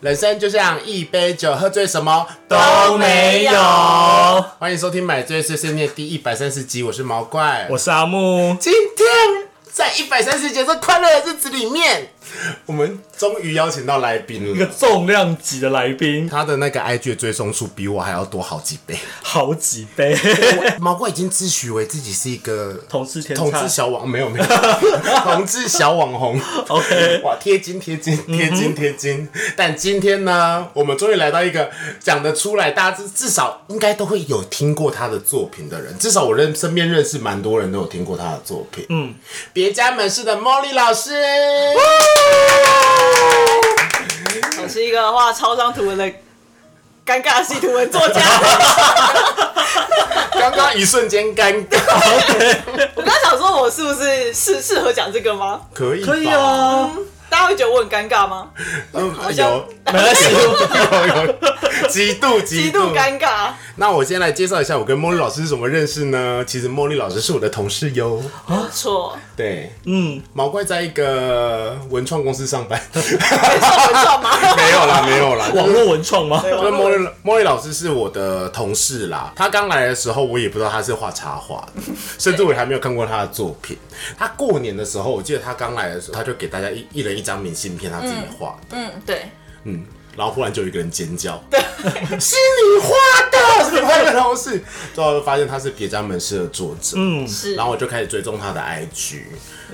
人生就像一杯酒，喝醉什么都没有。欢迎收听《买醉碎碎念》第一百三十集，我是毛怪。我是阿木，今天在一百三十节这快乐的日子里面，我们终于邀请到来宾一个了。重量级的来宾，他的那个 IG 的追踪数比我还要多好几倍。好几杯，毛怪已经自诩为自己是一个同是天才同志小网，没有没有， 同志小网红。 OK 嗯哇，贴金贴金贴金贴金。但今天呢，我们终于来到一个讲得出来，大家至至少应该都会有听过他的作品的人，至少我认身边认识蛮多人都有听过他的作品。嗯，别家门市的 Molly 老师。我是一个画超商图文的尴尬系图文作家。 刚刚一瞬间尴尬， 我刚想说，我是不是适适合讲这个吗？可以吧可以，啊，大家会觉得我很尴尬吗？嗯像有 没关系，有 有，极度极极度尴尬。那我先来介绍一下我跟茉莉老师是怎么认识呢？其实茉莉老师是我的同事哟。不错，对，嗯，毛怪在一个文创公司上班， 没错没错嘛。没 有啦，没有啦。网络文创吗？对就是茉莉茉莉老师是我的同事啦，他刚来的时候我也不知道他是画插画的，甚至我还没有看过他的作品。他过年的时候，我记得他刚来的时候，他就给大家一一人一张明信片，他自己画的，嗯，对，嗯，然后忽然就有一个人尖叫， 是你画的，是你画的同事，最后就发现他是别家门市的作者，嗯，是然后我就开始追踪他的 IG。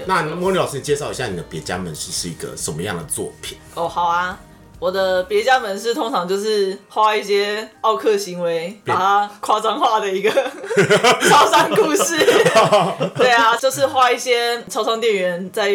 那茉莉老师，你介绍一下你的《别家门市》是一个什么样的作品？哦，好啊。我的别家门市通常就是画一些奥克行为，把它夸张化的一个超商故事。对啊，就是画一些超商店员在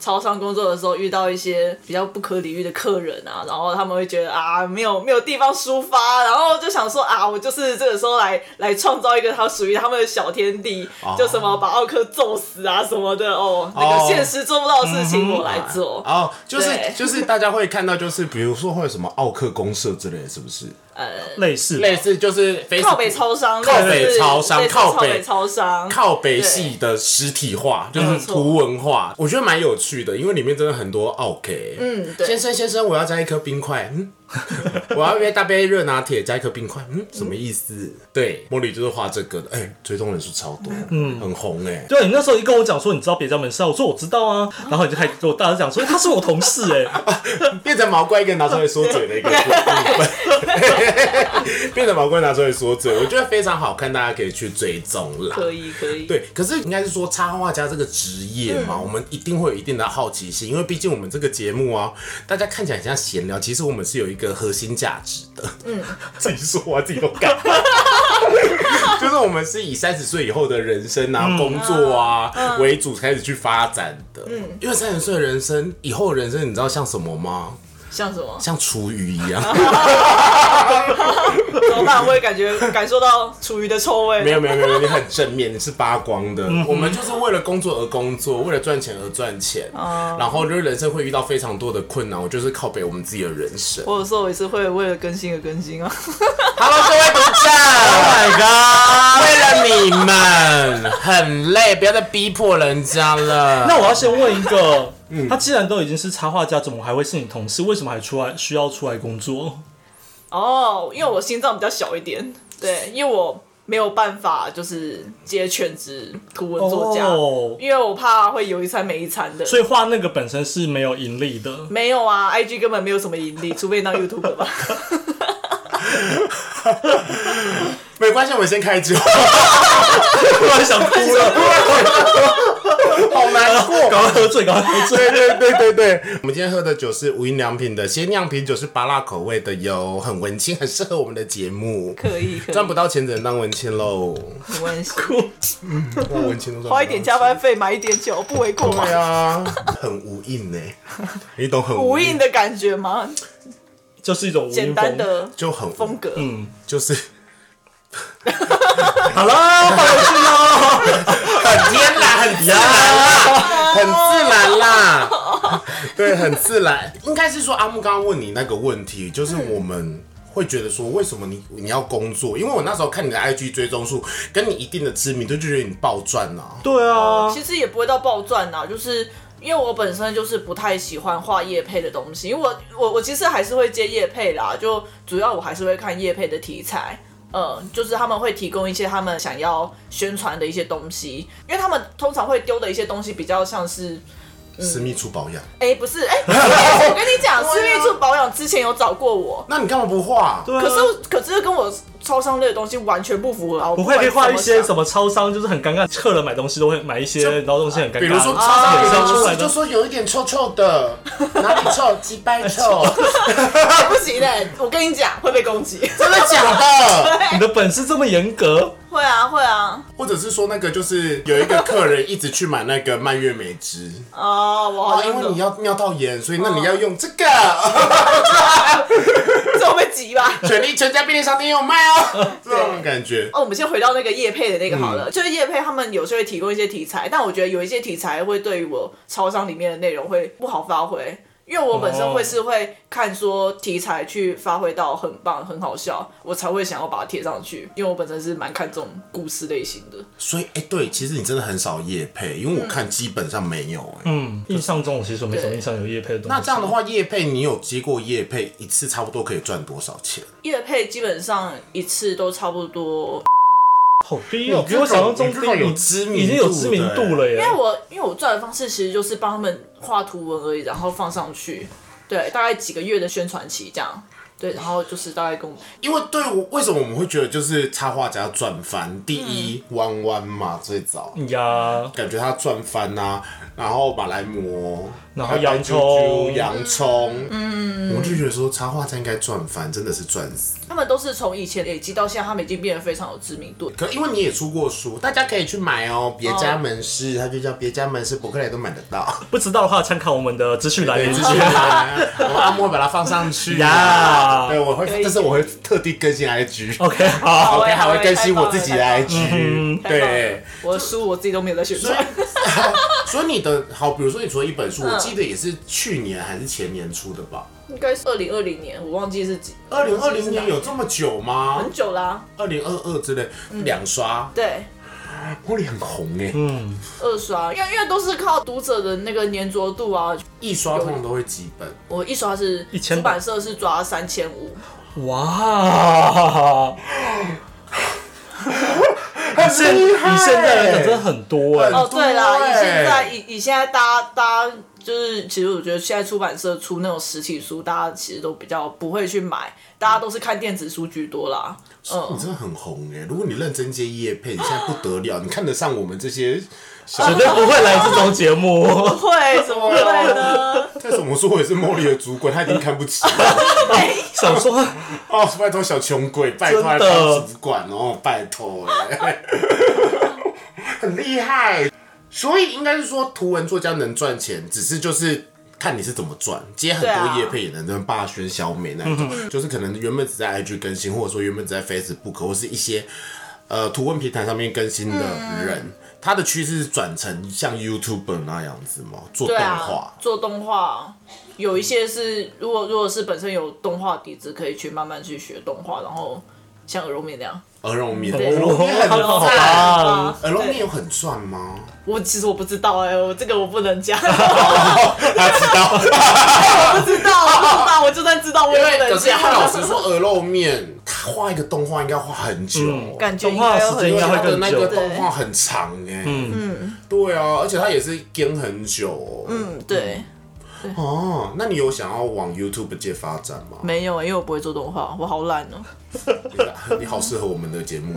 超商工作的时候遇到一些比较不可理喻的客人啊，然后他们会觉得啊没有没有地方抒发，然后就想说啊我就是这个时候来来创造一个他属于他们的小天地，就什么把奥克揍死啊什么的哦，那哦个现实做不到的事情我来做。哦，就是对就是大家会看到，就是比如说会有什么奥克公社之类的，是不是？呃类似类似就是靠北超商，靠北类似超商类似靠靠北北超商，靠北系的实体化，就是图文化，我觉得蛮有趣的，因为里面真的很多奥 K。嗯对先生先生，我要加一颗冰块。嗯， 我要一杯大杯热拿铁，加一颗冰块。嗯，什么意思？对，茉莉就是画这个的，哎、追踪人数超多，嗯，很红哎、对你那时候一跟我讲说你知道别家门市啊，我说我知道啊，然后你就开始跟我大声讲说欸他是我同事 哎，变成毛怪一个拿出来说嘴的 一个部分， 变成毛怪拿出来说嘴，我觉得非常好看，大家可以去追踪啦。可以可以，对，可是应该是说插画家这个职业嘛，我们一定会有一定的好奇心，因为毕竟我们这个节目啊，大家看起来很像闲聊，其实我们是有一个核心价值的。嗯， 自己说话自己都 干。就是我们是以三十岁以后的人生啊、工作啊、为主开始去发展的。嗯，因为三十岁的人生以后的人生，你知道像什么吗？像什 么？像厨余一样。怎么办？我也感觉感受到厨余的臭味。 没有没有没有，你很正面，你是扒光的。我们就是为了工作而工作，为了赚钱而赚钱，然后就是人生会遇到非常多的困难，我就是靠北我们自己的人 生。我有时候也是会为了更新而更新啊， Hello，各位读者，Oh my god，为了你们很累，不要再逼迫人家了。那我要先问一个，他既然都已经是插画家，怎么还会是你同事？为什么还出来需要出来工作？ 哦，因为我心脏比较小一点， 对，因为我没有办法就是接全职图文作家，哦因为我怕会有一餐没一餐的。所以画那个本身是没有盈利 的，没有啊，IG 根本没有什么盈利，除非你当 YouTube 吧。没关系，我们先 开酒，突然想 哭了，好难过。赶快喝醉，赶快喝 对醉。对对对对，我们今天喝的酒是无印良品的鲜酿啤酒，是巴辣口味的哟，很文青，很适合我们的节目。 可以可赚以，不到钱只能当文青喽，没关系，当文青都赚不到 花一点钱加班费买一点酒，不为过嘛对。啊， 很无印呢、你懂很无无印的感觉吗？就是一种无简音单风。嗯的就很风格，就是好了，放回去喽。很天 然，很自然啦，很自然啦， 对，很自然。应该是说阿木刚刚问你那个问题，就是我们。会觉得说，为什么你你要工作？因为我那时候看你的 IG 追踪数，跟你一定的知名度，就觉得你暴赚啊。对啊，其实也不会到暴赚呐，就是因为我本身就是不太喜欢画叶配的东西，因为我我我其实还是会接叶配啦，就主要我还是会看叶配的题材。呃，就是他们会提供一些他们想要宣传的一些东西，因为他们通常会丢的一些东西比较像是，嗯私密处保养。哎、不是，哎、 我跟你讲，私密处保养之前有找过我，那你干嘛不画？对啊，可是我可是跟我超商类的东西完全不符合啊！我我会可以画一些么什么超商，就是很尴尬，客人买东西都会买一些，然后东西很尴尬，比如说啊超商很有像东出来西，就的。说有一点臭臭的，哦 哎哪里臭？鸡掰臭， 不行的，我跟你讲会被攻击。 真的假的？哎你的本事这么严格， 会啊会啊，或者是说那个就是有一个客人一直去买那个蔓越莓汁，哦，我好哦，像因为你有要尿道炎，所以那你要用这 个。 这会被急吧？全力全家便利商店有卖哦， 这种感觉。哦，我们先回到那个叶配的那个好嗯了，就是叶配他们有时候会提供一些题材，但我觉得有一些题材会对于我超商里面的内容会不好发挥，因为我本身会是会看说题材去发挥到很棒、很好笑，我才会想要把它贴上去，因为我本身是蛮看重故事类型的。所以，哎、对，其实你真的很少夜配，因为我看基本上没有、哎、嗯，印象中我其实我没什么对印象有叶配的东西。哦那这样的话，夜配你有接过夜配一次，差不多可以赚多少钱？叶配基本上一次都差不多，好低哦、你这种比我想象中你这种低，有知名度的已经有知名度了耶因为。我因为我赚的方式其实就是帮他们画图文而已，然后放上去，对，大概几个月的宣传期这样，对，然后就是大概跟我因为对我为什么我们会觉得就是插画家赚翻？第一，嗯弯弯嘛，最早。呀，感觉他赚翻呐、然后马来魔，然后白白洋啾啾葱洋葱，嗯，我就觉得说插画家应该赚翻，真的是赚死。他们都是从以前累积到现在，他们已经变得非常有知名度。可因为你也出过书，大家可以去买哦。别家门市，它就叫别家门市，博客来都买得 到。不知道的话参考我们的资讯来 对，源就是我阿莫把它放上 去呀。呀对，我会，可以但是我会特地更新 IG。 OK，好， OK，哎还会更新太棒 我了自己的太 IG。太棒了对，我的书我自己都没有在宣 所以传，所以你的好，比如说你除了一本书，我记得也是去年还是前年出的吧？应该是二零二零年，我忘记是嗯几。二零二零年有有这么久吗很？久啦、二零二二之类，两刷，对，我脸很红哎，嗯，二刷，因为因为都是靠读者的那个粘着度啊。一刷通常都会几本。我一刷是1000出版社是抓三千五，哇，你现厉害你现在来讲真的很多哎、很哦，对啦，对以现在以以现在大家大家就是，其实我觉得现在出版社出那种实体书，大家其实都比较不会去买，大家都是看电子书居多啦。嗯你，真的很红哎！如果你认真接夜配，你现在不得了，你看得上我们这些小绝对不会来这种节目。会怎么会呢？再怎么说，我也是茉莉的主管，他一定看不起我。没想说，哦，拜托小穷鬼，拜托他真的当主管哦，拜托哎， 很厉害。所以应该是说，图文作家能赚钱，只是就是。看你是怎么赚，接很对啊多业配也能让霸宣小美那一种，嗯就是可能原本只在 IG 更新，或者说原本只在 Facebook 或是一些呃图文平台上面更新的人，嗯他的趋势是转成像 YouTuber 那样子吗？做动 对画啊，，做动画有一些是，如果如果是本身有动画底子，可以去慢慢去学动画，然后像鹅绒面那样。鹅绒面，对鹅哦绒面很好好赞吧啊耳聋嗯面对有很赚吗？我其实我不知道哎、我这个我不能讲，他知道，我不知道，我不知道，我就算知道我因也为不可能是讲。他老实说，鹅肉面他画一个动画应该画很久，嗯感觉动画的时因间应为该他会的更那个久。动画很长哎，嗯对啊，而且他也是跟很久哦。嗯，对，哦，那你有想要往 YouTube 界发展 吗？没有、因为我不会做动画，我好懒哦、你好适合我们的节 目，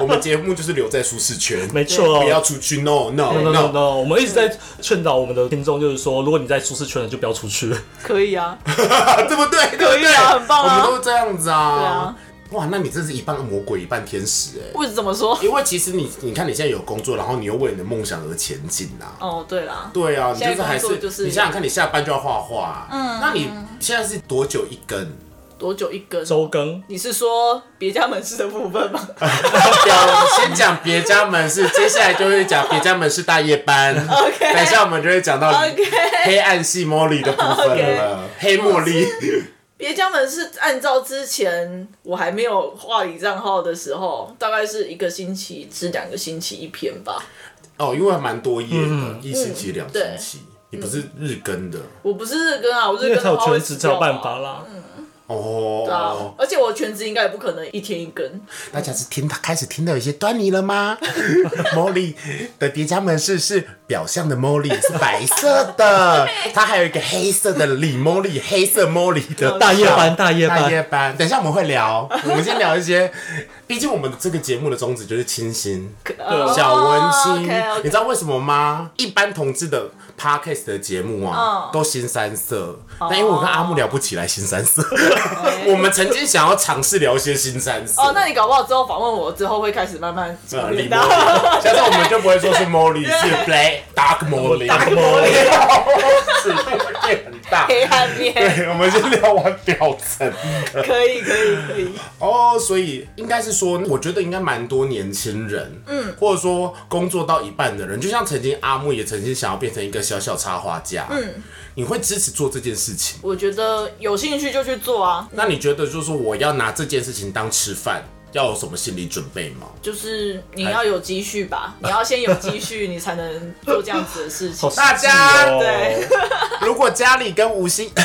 我们节目就是留在舒适圈，没错哦不要出去，no no ，no no no no。 no，我们一直在劝导我们的听众，就是说，如果你在舒适圈了，就不要出去。 可以啊， 对不对？对不可以对？啊很棒啊我们都这样子对啊啊。哇，那你真是一半魔鬼一半天使哎。为什么说？ 因为其实你，你看你现在有工作，然后你又为你的梦想而前进呐、啊。哦，对啦，对啊，你现在就是还工作是、就是你想想看，你下班就要画画、嗯，那你现在是多久一 根？多久一根？周更，你是说别家门市的部分吗？ 啊先讲别家门市，接下来就会讲别家门市大夜班。OK，等一下我们就会讲到 OK 黑暗系茉莉的部分了黑茉 莉。别家门是按照之前我还没有画理账号的时候，大概是一个星期至两个星期一篇吧。哦，因为还蛮多页的，一星期、两嗯对星期，你不是日更的我不是日更啊，我日因为更他的有话会全职死才有嗯掉办啊法啦。对啊哦，。而且我全职应该也不可能一天一更。大家是听到开始听到有些端倪了吗 ？Molly 的叠加门饰是表象的 Molly 是白色的， 它还有一个黑色的李 Molly，黑色 Molly 的 大夜班，大夜大夜班，班。等一下我们会聊，我们先聊一些，毕竟我们这个节目的宗旨就是清新。啊小温馨哦 OK 你 OK，知道为什么吗？一般同志的 podcast 的节目啊，哦嗯都新三色，但因为我跟阿木聊不起来新三色，哦 我们曾经想要尝试聊一些新三色。哦，那你搞不好之后访问我之后会开始慢慢呃，啊处理李到 Molly，下次我们就不会说是 Molly，是 Black Dark Molly。 Dark Molly，尺度会变很大。 黑暗 面。对，我们先聊完表层可以可以可以，哦所以应该是说，我觉得应该蛮多年轻人，嗯，或者说工作到一半的人，就像曾经阿木也曾经想要变成一个小小插画家，嗯，你会支持做这件事情？我觉得有兴趣就去做啊，那你觉得就是我要拿这件事情当吃饭，要有什么心理准备吗？就是你要有积蓄吧，你要先有积蓄，你才能做这样子的事情 好。实大际家哦对，如果家里跟五星，不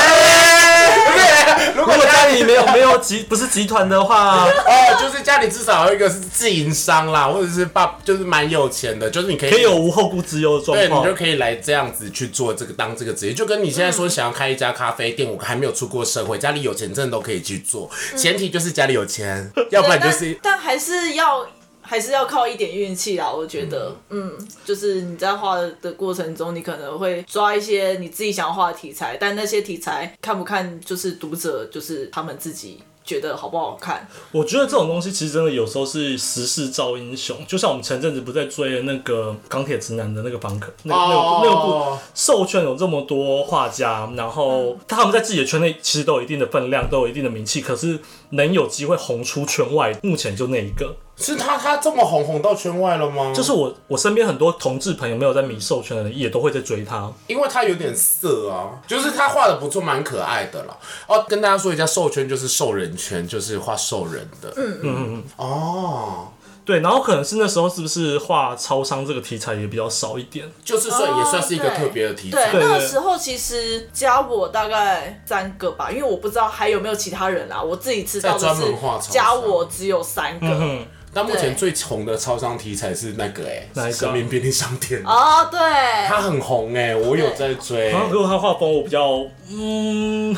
是，如如果果家家里里没有没有集不是集团的话，哦，就是家里至少有一个是自营商啦， 或者是爸，就是蛮有钱的，就是你可以 可以有无后顾之忧的状对你就况。可以来这样子去做这个当这个职业，就跟你现在说想要开一家咖啡店，我还没有出过社会，家里有钱真的都可以去做，前提就是家里有钱，要不然 就是但但还是要还是要靠一点运气啦，我觉得，嗯就是你在画的过程中，你可能会抓一些你自己想要画的题材，但那些题材看不看就是读者就是他们自己。觉得好不好看？我觉得这种东西其实真的有时候是时势造英雄，就像我们前阵子不在追那个钢铁直男的那个房客，那个那个那个部哦授权有这么多画家，然后嗯他们在自己的圈内其实都有一定的分量，都有一定的名气，可是能有机会红出圈外，目前就那一个。是他他这么红红到圈外了吗？就是我我身边很多同志朋友没有在迷授权的人，也都会在追他。因为他有点色啊，就是他画的不错，蛮可爱的啦。哦，跟大家说一下，兽圈就是兽人圈，就是画兽人的。嗯嗯嗯。哦，对，然后可能是那时候是不是画超商这个题材也比较少一点，就是算、也算是一个哦特别的题对，材。对那个对时候其实加我大概三个吧，因为我不知道还有没有其他人啊啦。我自己知道在的专是门画超加商我只有三个。嗯但目前最红的超商题材是那个哎、哪一个生命便利商店。哦，对，他很红哎、我有在追。然后如果他画风我比较，嗯，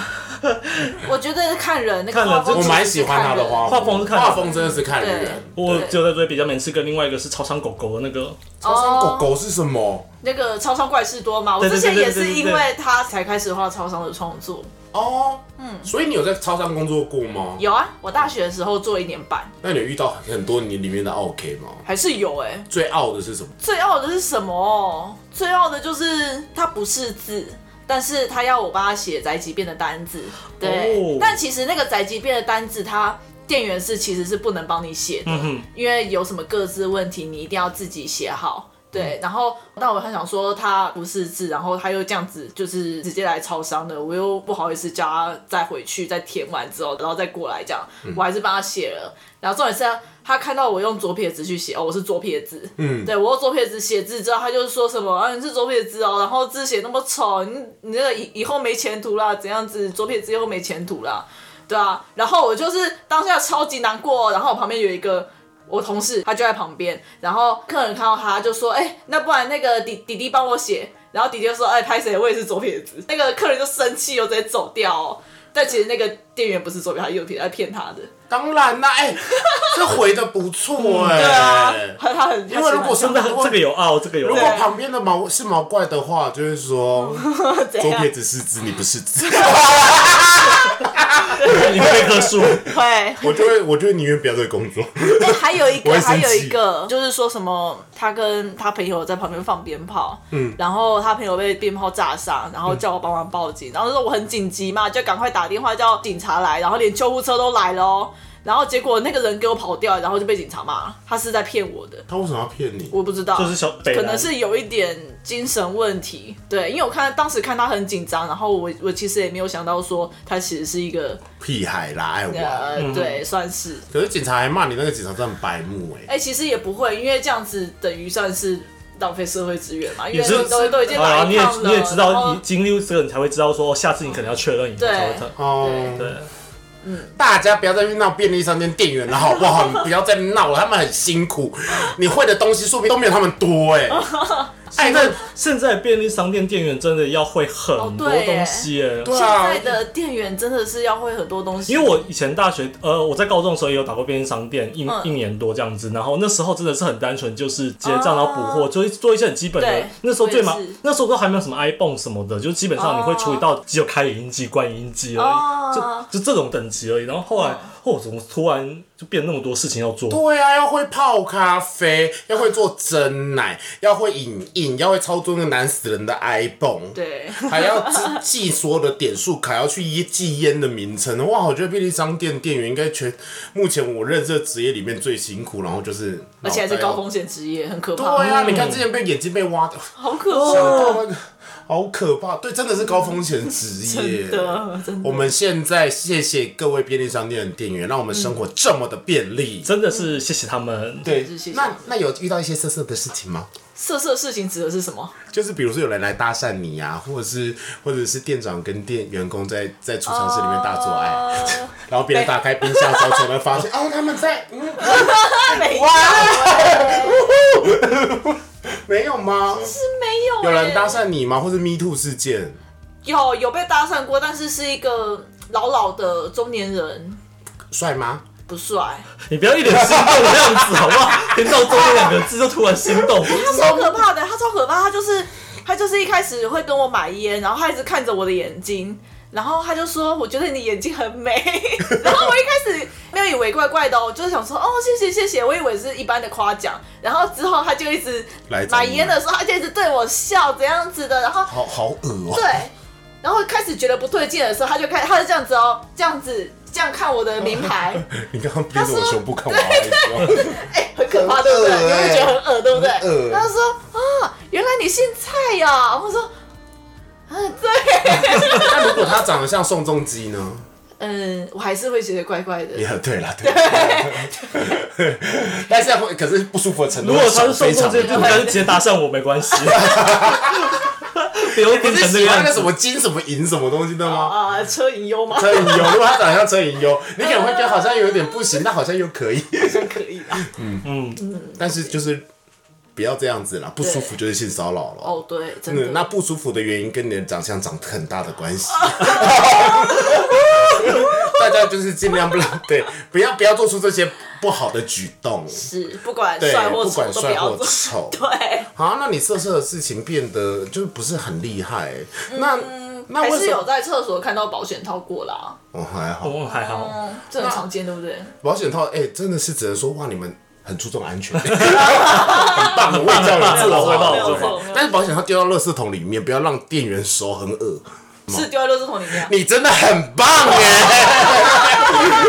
我觉得看人，那个看人画风我这其实蛮是喜欢他看的人哦画画风是看人画风真的是看人。我只有在追比较美是跟另外一个是超商狗狗的那个，超商狗哦狗是什么？那个超商怪事多嘛，我对对之前对对也对是对因对为他才开始画超商的创作。哦，嗯，所以你有在超商工作过吗？有啊，我大学的时候做一年半，那你有遇到很多你里面的 OK 吗？还是有哎、最傲的是什么？最傲的是什么？最傲的就是它不是字，但是他要我帮他写宅急便的单子。对，哦但其实那个宅急便的单子，它店员是其实是不能帮你写的，哼因为有什么各自问题，你一定要自己写好。对，然后那我很想说他不识字，然后他又这样子，就是直接来超商的，我又不好意思叫他再回去再填完之后，然后再过来这样，我还是帮他写了。然后重点是他看到我用左撇子去写，哦，我是左撇子，嗯，对我用左撇子写字之后，他就说什么啊，你是左撇子哦，然后字写那么丑，你你那个以以后没前途啦，怎样子，左撇子以后没前途啦，对啊，然后我就是当下超级难过，然后我旁边有一个我同事，他就在旁边，然后客人看到他就说，哎、那不然那个弟弟弟帮我写，然后弟弟就说，哎、拍谁，我也是左撇子，那个客人就生气，又直接走掉、哦，但其实那个店员不是左撇，他是右撇，他骗他的，当然啦， 哎、这回的不错哎、对啊，他他很，因为如果是真哦的 这个有傲，这个有如傲，果旁边的毛是毛怪的话，就会说啊怎左样撇子是字，你不是字，你会棵树，会。我就会我就会宁愿不要这个工作。 哎还有一我会个，生还气有一个，就是说什么，他跟他朋友在旁边放鞭炮，嗯，然后他朋友被鞭炮炸伤，然后叫我帮忙报警，然后说我很紧急嘛，就赶快打电话叫警察来，然后连救护车都来了哦。然后结果那个人给我跑掉，然后就被警察骂了，他是在骗我的。他为什么要骗你？我不知道，就是小啊北可兰能是有一点精神问题，对，因为我看当时看他很紧张，然后我我其实也没有想到说他其实是一个屁孩啦，哎爱玩。呃，对，算是，可是警察还骂你，那个警察真的很白目哎、哎、其实也不会，因为这样子等于算是浪费社会资源嘛，因也为是都都已经啊，来你一也趟了，你也知然道，后你经历这个，你才会知道说，下次你可能要确认以后才会对特哦，对，大家不要再去闹便利商店店员了，好不 好？你不要再闹了，他们很辛苦。你会的东西说不定都没有他们多 哎、哎，现那在现在便利商店店员真的要会很多哦对耶东西耶。对现啊，在的店员真的是要会很多东西，因为我以前大学，呃，我在高中的时候也有打过便利商店一、嗯一年多这样子，然后那时候真的是很单纯，就是结哦账然后补货，就是做一些很基本的对。那时候最忙我也是，那时候都还没有什么 iPhone 什么的，就基本上你会处理到只有开影音机、关影音机而已，哦就就这种等级而已。然后后来，哦，怎么突然就变那么多事情要做？对啊，要会泡咖啡，要会做蒸奶，要会影印，要会操作那个难死人的 iPhone，对， 还要记记所有的点数卡，要去记烟的名称。哇，我觉得便利商店店员应该全目前我认识的职业里面最辛苦，然后就是而且还是脑袋要高风险职业，很可对怕，啊，你看之前被眼睛被挖的，好可怕，想到那个好可怕，对，真的是高风险职业。真的真的，我们现在谢谢各位便利商店的店员，让我们生活这么的便利。真的是谢谢他们。对嗯是谢，谢那那有遇到一些色色的事情吗？色色事情指的是什么？就是比如说有人来搭讪你呀、啊，或者是或者是店长跟店员工在在储藏室里面大做爱， 呃然后别人打开冰箱的时候，才会发现哦他们在、嗯、 没有， 没有吗？没有欸，有人搭讪你吗？或是 Me Too 事件？有有被搭讪过，但是是一个老老的中年人，帅吗？不帅，你不要一脸心动的样子，好不好？听到“中间两个字就突然心动，他超可怕的，他超可怕，他就是他就是一开始会跟我买烟，然后他一直看着我的眼睛。然后他就说：“我觉得你眼睛很美。” 然后我一开始没有以为怪怪的、哦，我就是想说：“哦，谢谢谢谢。”我以为是一般的夸奖。然后之后他就一直来找买你烟的时候，他就一直对我笑怎样子的。然后好好恶哦、对，然后开始觉得不对劲的时候，他就开他就这样子哦，这样子这样看我的名牌，你刚刚盯着我胸部看我好害羞。哎、很可怕，对不对？很恶你欸会觉得很恶，对不对？很恶他就说啊，原来你姓蔡呀、我说，嗯，对，那如果他长得像宋仲基呢？嗯，我还是会觉得怪怪的。也很对啦，对啦。 但是会，可是不舒服的程度如果他是非受常众的这高就他就直接搭讪我没关系，不用 你变是成这喜个欢样那个什子。么金什么银什么东西的 吗？啊，车银优吗？车银优，如果他长得像车银优，你可能会觉得好像有点不行，但好像又可以。嗯可以啊啦。 但是就是不要这样子啦，不舒服就是性骚扰了。哦，对，真的。嗯，那不舒服的原因跟你的长相长得很大的关 系。 大家就是尽量不要对，不要不要做出这些不好的举动。是不管对帅，或不丑管都不帅要或做。丑， 对，啊，那你色色的事情变得就是不是很厉害、欸那那嗯还为是什有么？在厕所看到保险套过啦。哦，还好，哦，还好，嗯，这很常见，对不对？保险套，哎、真的是只能说哇，你们很注重安全，很棒，我也叫你做很棒好很棒对很棒但是保险套丢到垃圾桶里面，不要让店员手很恶。是丢在垃圾桶里面啊。你真的很棒哎、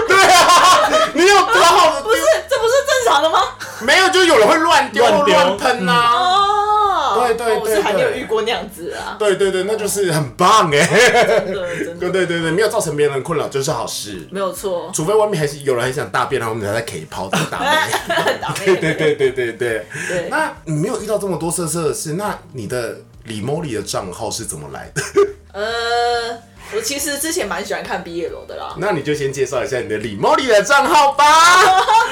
对啊，你有多好的不是，这不是正常的吗？没有，就有人会乱丢、乱丢乱喷呐。哦，对对对我是还没有对遇过那样子啊。对对对，那就是很棒哎、真 的真对的对对对，没有造成别人的困扰就是好事。没 有错。除非外面还是有人很想大便，然后我们才在 K 跑这个大便。 打对妹对对对对对。对那你没有遇到这么多色色的事，那你的李某里的账号是怎么来的？ 呃，我其实之前蛮喜欢看毕业楼的啦。那你就先介绍一下你的李某里的账号 吧。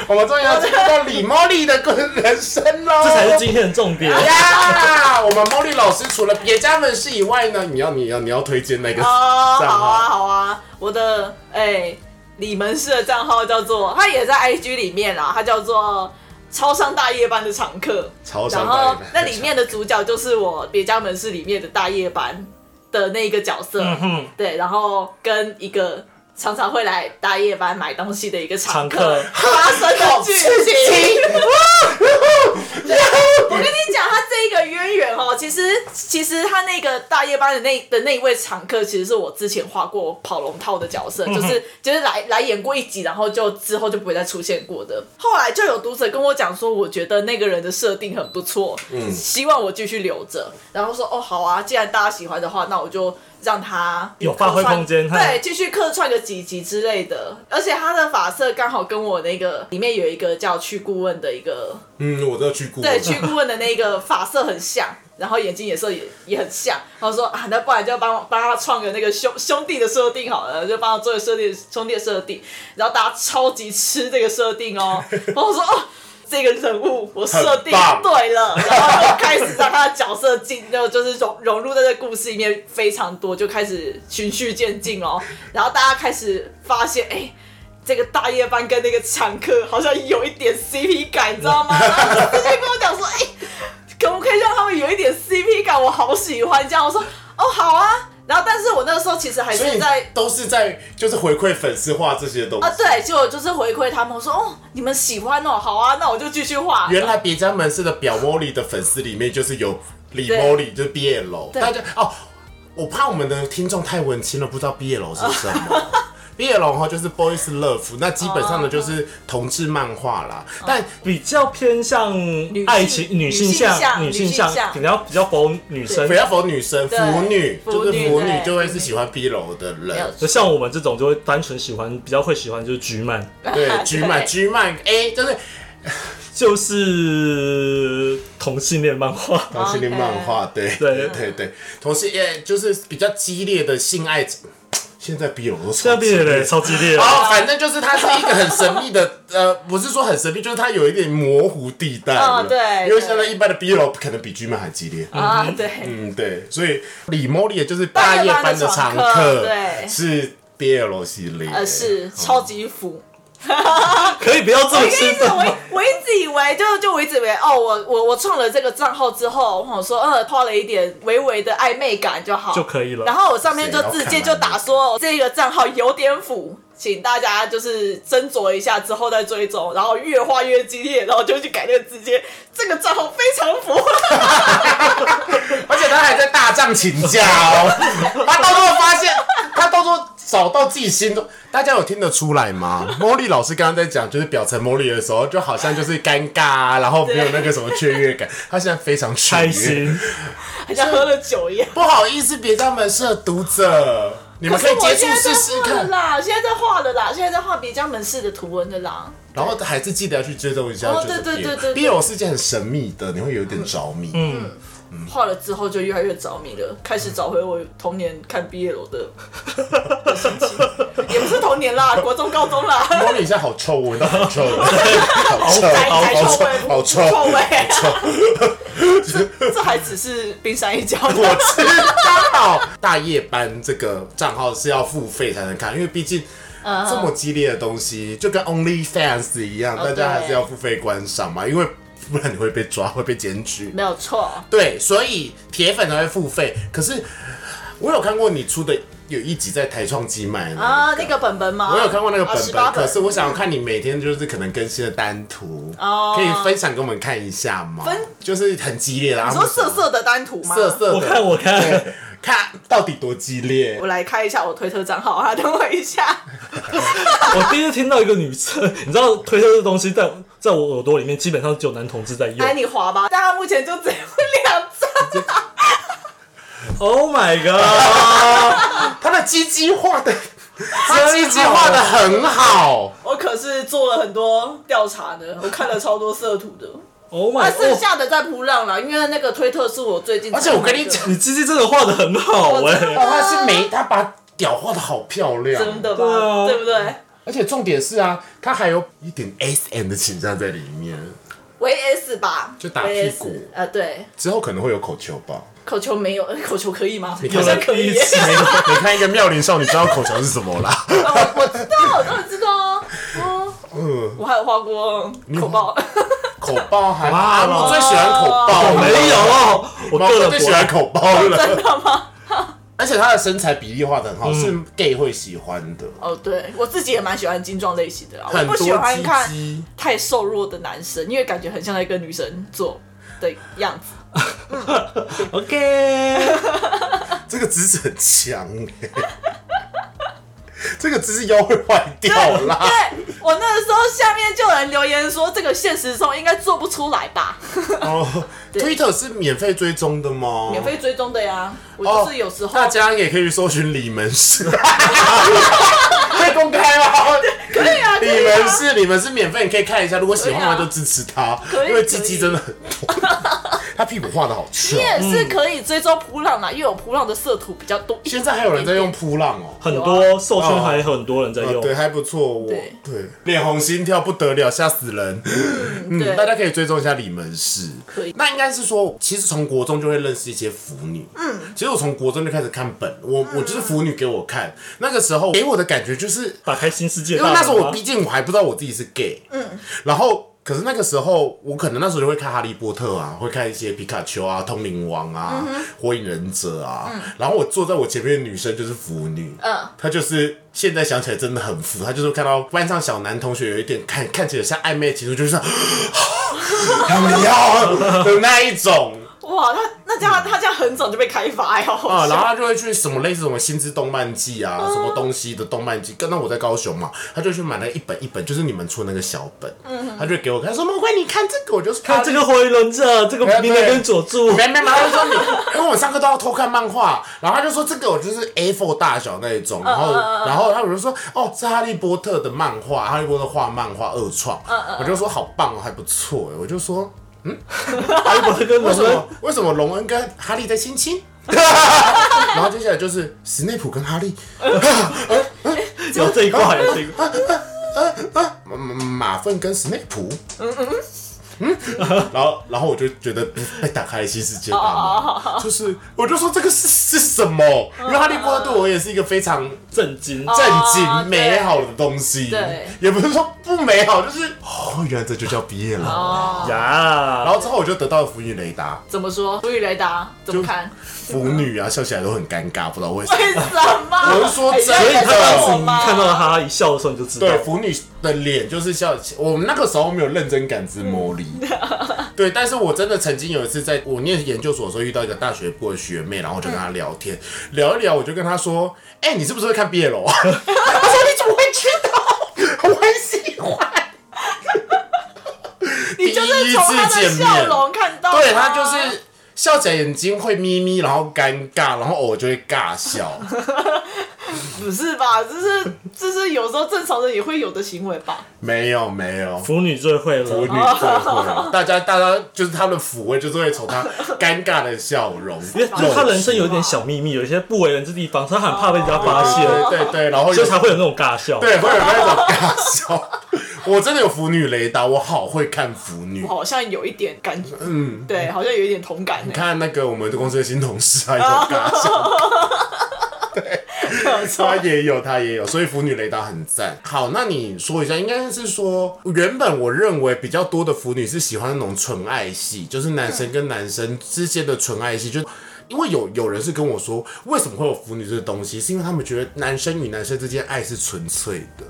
我们终于要进入到李某里的个人生喽。这才是今天的重点。呀！我们茉莉老师除了别家门市以外呢，你要你要你要推荐那个哦，好账啊，号？好啊，我的哎、李门市的账号叫做，它也在 IG 里面啦，它叫做。超商大夜班的常客，超商然大夜班后那里面的主角就是我别家门市里面的大夜班的那个角色，嗯哼，对，然后跟一个常常会来大夜班买东西的一个常常客客 发生的剧情。对我跟你讲，他这一个渊源哦，其实其实他那个大夜班的那的那一位常客，其实是我之前画过跑龙套的角色，嗯就是就是来来演过一集，然后就之后就不会再出现过的。后来就有读者跟我讲说，我觉得那个人的设定很不错，嗯，希望我继续留着。然后说哦好啊，既然大家喜欢的话，那我就。让他有发挥空间客串对，继续客串个几集之类的。而且他的发色刚好跟我那个里面有一个叫去顾问的一个，嗯，我都要去顾。对，去顾问的那个发色很像，然后眼睛颜色也也很像。然后说啊，那不然就帮帮他创个那个兄兄弟的设定好了，就帮他做个设定兄弟的设定。然后大家超级吃这个设 定哦。然后我说哦。这个人物我设很定棒对了，然后就开始让他的角色进，就就是融融入在这故事里面非常多，就开始循序渐进哦。然后大家开始发现，哎、这个大夜班跟那个常客好像有一点 CP 感，你 知道吗？然后司机跟我讲说，哎、可不可以让他们有一点 CP 感？我好喜欢这样。我说，哦，好啊。然后，但是我那个时候其实还所以是在都是在就是回馈粉丝画这些东西。啊，对，就就是回馈他们，我说哦，你们喜欢哦，好啊，那我就继续 画。原来别家门市的表 Molly 的粉丝里面就是有李对 Molly，就是 BL，对大家哦，我怕我们的听众太文青了，不知道 BL 是什么。BL 的话就是 Boys Love，那基本上呢就是同志漫画啦。哦但比较偏向爱情女性女性女性向向女女性向向，比较比较否女生不。要否女生，对腐女腐就是女腐女对就会是喜欢 BL 的没有人。就像我们这种就会单纯喜欢，比较会喜欢就是菊漫， 对，菊漫菊漫 A 哎就是就是同性恋漫画。同性恋漫画，对对嗯对对，同性恋就是比较激烈的性爱。现在 BL 都现超在激变烈得超激烈了，哦，反正就是它是一个很神秘的， 呃，不是说很神秘，就是它有一点模糊地带了。嗯对因为现在一般的 BL 可能比 G 漫还激烈。啊，对，嗯，对，所以李莫莉也就是大夜班的常大夜班的常客客，对是 BL 系列，哦呃，是嗯超级腐。可以不要这么我跟你激讲，动我吗？一我一直以为，就就我一直以为，哦，我我我创了这个账号之后，我说，呃，抛了一点微微的暧昧感就好就可以了然后我上面就直接就打说，这个账号有点腐。请大家就是斟酌一下之后再追踪，然后越画越激烈，然后就去改那个字节，这个账号非常腐。而且他还在大帐请假哦， 他到时候发现，他到时候找到自己心中，大家有听得出来 吗？茉莉老师刚刚在讲，就是表层茉莉的时候，就好像就是尴尬、啊，然后没有那个什么雀跃感，他现在非常雀跃开心， 好像喝了酒一样。不好意思，别家门市的读者，你们可以是我接触现在在试试画了看，啦，现在在画了啦，现在在画别江门市的图文的啦。然后还是记得要去追踪一下。哦就是对对 BL 对对对，BL 是件很神秘的，你会有点着迷。嗯，画了之后就越来越着迷了，开始找回我童年看 BL 的的心情，也不是童年啦，国中、高中啦，茉莉现在好臭，闻到好臭，好臭，才好才臭，好味，臭，臭味，臭。这这还只是冰山一角。我知道大夜班这个账号是要付费才能看，因为毕竟。这么激烈的东西，就跟 OnlyFans 一样，嗯哦大家还是对要付费观赏嘛，因为不然你会被抓，会被检举。没有错，对，所以铁粉才会付费。可是我有看过你出的有一集在台创机卖的啊，那个本本吗？我有看过那个本啊18本，本，可是我想看你每天就是可能更新的单图，哦可以分享给我们看一下吗？分就是很激烈啦，你说色色的单图吗？色色的，我看我看对看到底多激烈我。来开一下我推特账号啊，等我 一下。我第一次听到一个女生，你知道推特这东西在在我耳朵里面基本上只有男同志在哎，用。你滑吧，但他目前就只有两张。 Oh my god！他的鸡鸡画的，他鸡鸡画的很好。我可是做了很多调查呢，我看了超多色图的。 Oh 那 my 剩 god！下的在扑浪了，因为那个推特是我最近才而看且的，我跟你讲你鸡鸡真的画的很好哎、哦，他是没他把屌画的好漂亮， 真的吧，对啊对不对？而且重点是啊，他还有一点 S M 的倾向在里面，维 S 吧，就打屁股 VS 呃，对，之后可能会有口球吧。 口球没有，呃 口球可以吗？你好看有了像可以第一耶，次，你看一个妙龄少女，知道口球是什么啦？哦我我知道，我当然知道啊，嗯，我还有画过口爆，口爆还哇啊，我最喜欢口爆我了，哦没有，我我个人最不喜欢爱。口爆了。 真的吗？而且他的身材比例画的很好，是 gay 会喜欢的。哦，对我自己也蛮喜欢精壮类型的啦，我很不多喜欢看鸡鸡太瘦弱的男生，因为感觉很像在跟女生做。的样子。 OK，这个姿势很强哎、 这个姿势腰会坏掉啦。对我那个时候下面就有人留言说，这个现实中应该做不出来吧？哦，Twitter 是免费追踪的吗？哦免费追踪的呀，我就是有时候、大家也可以搜寻李门 市， 会公开吗？可 以啊，可李以门啊，市，李门市免费，你可以看一下。如果喜欢的话，可以啊就支持他，可以因为鸡鸡可以真的很 多，他屁股画的好翘啊你。也是可以追踪普朗啦，因为有普朗的社图比较多。现在还有人在用扑浪哦。很多授权还很多人在啊用。对，还不错，我对对脸红心跳不得了，吓死人。嗯嗯对，大家可以追踪一下李门市可以，那应该是说，其实从国中就会认识一些腐女。嗯，其实我从国中就开始看本，我我就是腐女给我看，那个时候给我的感觉就是打开新世界因大为门那时候我吧。毕竟我还不知道我自己是 gay，嗯，然后可是那个时候我可能那时候就会看哈利波特啊，会看一些皮卡丘啊、通灵王啊、火影忍者啊，然后我坐在我前面的女生就是腐女，嗯，她就是。现在想起来真的很腐，她就是看到班上小男同学有一点看看起来像暧昧的情愫，就是 他们要的那一种，哇，他那这样他这样很早就被开发呀，好嗯啊，然后笑。他就会去什么类似什么新知动漫季啊，什么东西的动漫季。刚刚我在高雄嘛，他就去买了一本一本，就是你们出那个小本，他就给我看，说魔鬼你看这个，我就是看哎这。个火影忍者，这个哎对鸣人跟佐助，没没没，他就说你， 因为我上课都要偷看漫画，然后他就说这个我就是 A4 大小那一种，然后然后他我就说哦是哈利波特的漫画，哈利波特画漫画二创，我就说好棒哦，还不错哎，我就说还有这个为什龙人么为什么隆恩跟哈利在亲亲？ 然后接下来就是史内普跟哈利，有这一块，有这一块，马马粪跟史内普。嗯嗯。然后，然后我就觉得被打开了新世界哦大门，就是我就说这个是是什么？嗯因为哈利波特对我也是一个非常震惊。正哦经对美好的东西，对也不是说不美好，就是哦，原来这就叫毕业了。哦，嗯呀，然后之后我就得到了腐女雷达，怎么说？不语雷达怎么看？腐女啊笑起来都很尴尬，不知道为什么。为什么？我是说哎真的所你以在他说当我时你吗看到他一笑的时候，你就知道对，，腐女的脸就是笑起，我们那个时候没有认真感知魔力。 对，但是我真的曾经有一次，在我念研究所的时候遇到一个大学部的学妹，然后我就跟她聊天，聊一聊，我就跟她说：“哎、你是不是会看 BL 啊？”她说：“你怎么会知道？我很喜欢。”你就是从他的笑容看到，对他就是笑起来眼睛会眯眯，然后尴尬，然后偶尔就会尬笑。 不是吧？这是这是有时候正常人也会有的行为吧？没有，没有，腐女最会腐了女。最会， 大家大家就是他们抚慰，就是会从他 尴尬的笑容，因为就是他人生有一点小秘密，有一些不为人知的地方，所以他很怕被人家发现，对对对，然后所有以才会有那种尬笑。对会有那种尬笑。我真的有腐女雷达，我好会看腐女我。好像有一点感觉，嗯，对，好像有一点同感欸呢你。看那个我们公司的新同事，他也有尬 笑，没有错他也有，他也有，所以腐女雷达很赞。好，那你说一下，应该是说，原本我认为比较多的腐女是喜欢那种纯爱系，就是男生跟男生之间的纯爱系，就。因为有有人是跟我说，为什么会有腐女这个东西，是因为他们觉得男生与男生之间爱是纯粹的，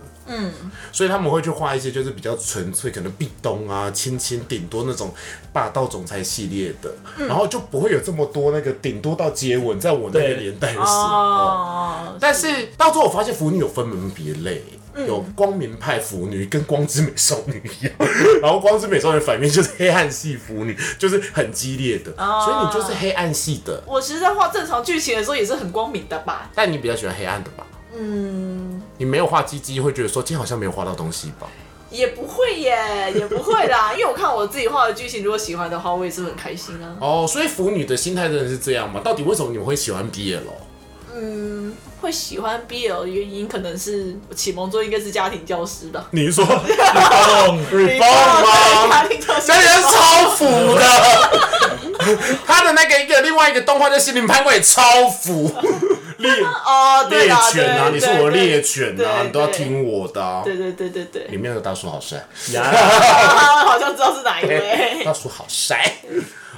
所以他们会去画一些就是比较纯粹，可能壁咚啊、亲亲，顶多那种霸道总裁系列的，然后就不会有这么多那个顶多到接吻，在我那个对年代的时候。哦，但是到最后我发现腐女有分门别类，有光明派腐女跟光之美少女一样， 然后光之美少女反面就是黑暗系腐女，就是很激烈的，所以你就是黑暗系的，我其实，在画正常剧情的时候也是很光明的吧？但你比较喜欢黑暗的吧？嗯，你没有画鸡鸡会觉得说今天好像没有画到东西吧？也不 会耶，也不会啦，因为我看我自己画的剧情，如果喜欢的话，我也是很开心啊。哦，所以腐女的心态真的是这样吗？到底为什么你们会喜欢 BL？会喜欢 BL 的原因，可能是我启蒙作业应该是家庭教师吧。哦你是 说啊懂 reborn 吗？家庭教师，真人超腐的， 他的那个一个另外一个动画叫《心灵攀关》也超腐，猎哦，对猎啦，犬啊，对你是我的对猎犬啊，对你都要听我的啊。对对对对对里对，面那个大叔好帅，呀，啊，好像知道是哪一位。大叔好帅，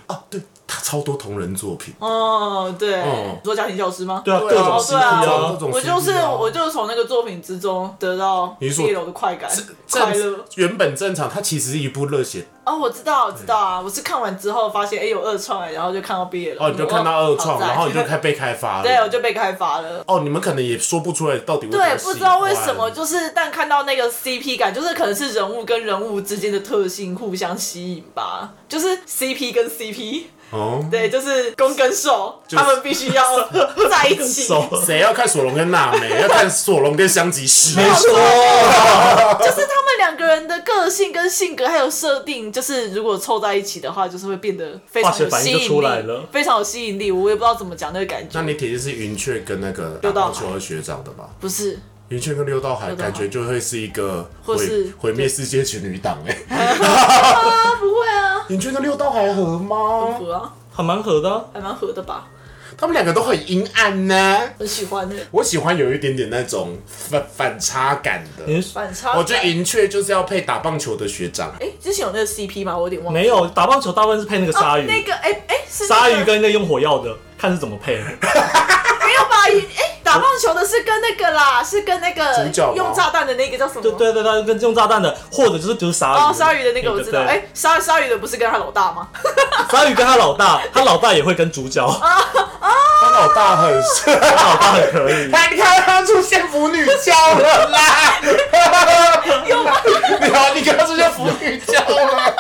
哦，对他超超多同人作品，哦，对，嗯你说家庭教师吗？对啊，各对啊种哦 CP 对啊各啊，种我就是 CP 啊我就是从那个作品之中得到你是说一楼的快感这、快乐正。原本正常，它其实是一部热血哦，我知道，我知道啊，我是看完之后发现，哎，有二创哎，然后就看到毕业了。哦，你就看到二创，嗯好赞然后你就开被开发了。对，我就被开发了。哦，你们可能也说不出来到底为什么对，喜不欢知道为什么，就是但看到那个 CP 感，就是可能是人物跟人物之间的特性互相吸引吧，就是 CP 跟 CP，哦，对，就是攻跟受，是他们必 须要在一起，手谁要看索隆跟娜美？要看索隆跟香吉士。没错，就是他们两个人的个性跟性格还有设定，就是如果凑在一起的话，就是会变得非常化学有反吸应就引出来力了，非常有吸引力。我也不知道怎么讲那个感那 觉，你铁定是云雀跟那个打六道棒海球的学长的吧？不是云雀跟六道海六道海感觉就会是一个或毁是毁灭世界情侣档哎、欸。啊？不会啊，云雀跟六道海合吗？合啊，还蛮合的啊、还蛮合的吧，他们两个都很阴暗呢、很喜欢的、我喜欢有一点点那种反反差感的。你反差感。我觉得云雀就是要配打棒球的学长。欸哎、之前有那个 CP 吗？我有点忘了。没有打棒球，大部分是配那个鲨鱼，哦、那个哎哎、是那鲨个哦鱼跟那个用火药的，看是怎么配。没有吧？哎、打棒球的是跟那个啦，是跟那个主角吗用炸弹的那个叫什么？对对对对，跟用炸弹的，或者就是就是鲨鱼。哦，鲨鱼的那个我知道。对哎，，鲨鲨鱼的不是跟他老大吗？ 对鲨鱼跟他老大，他老大也会跟主角，哦他老大很帅，他老大很可以。你看他出现腐女教了啦！你好，你看他出现腐女教了，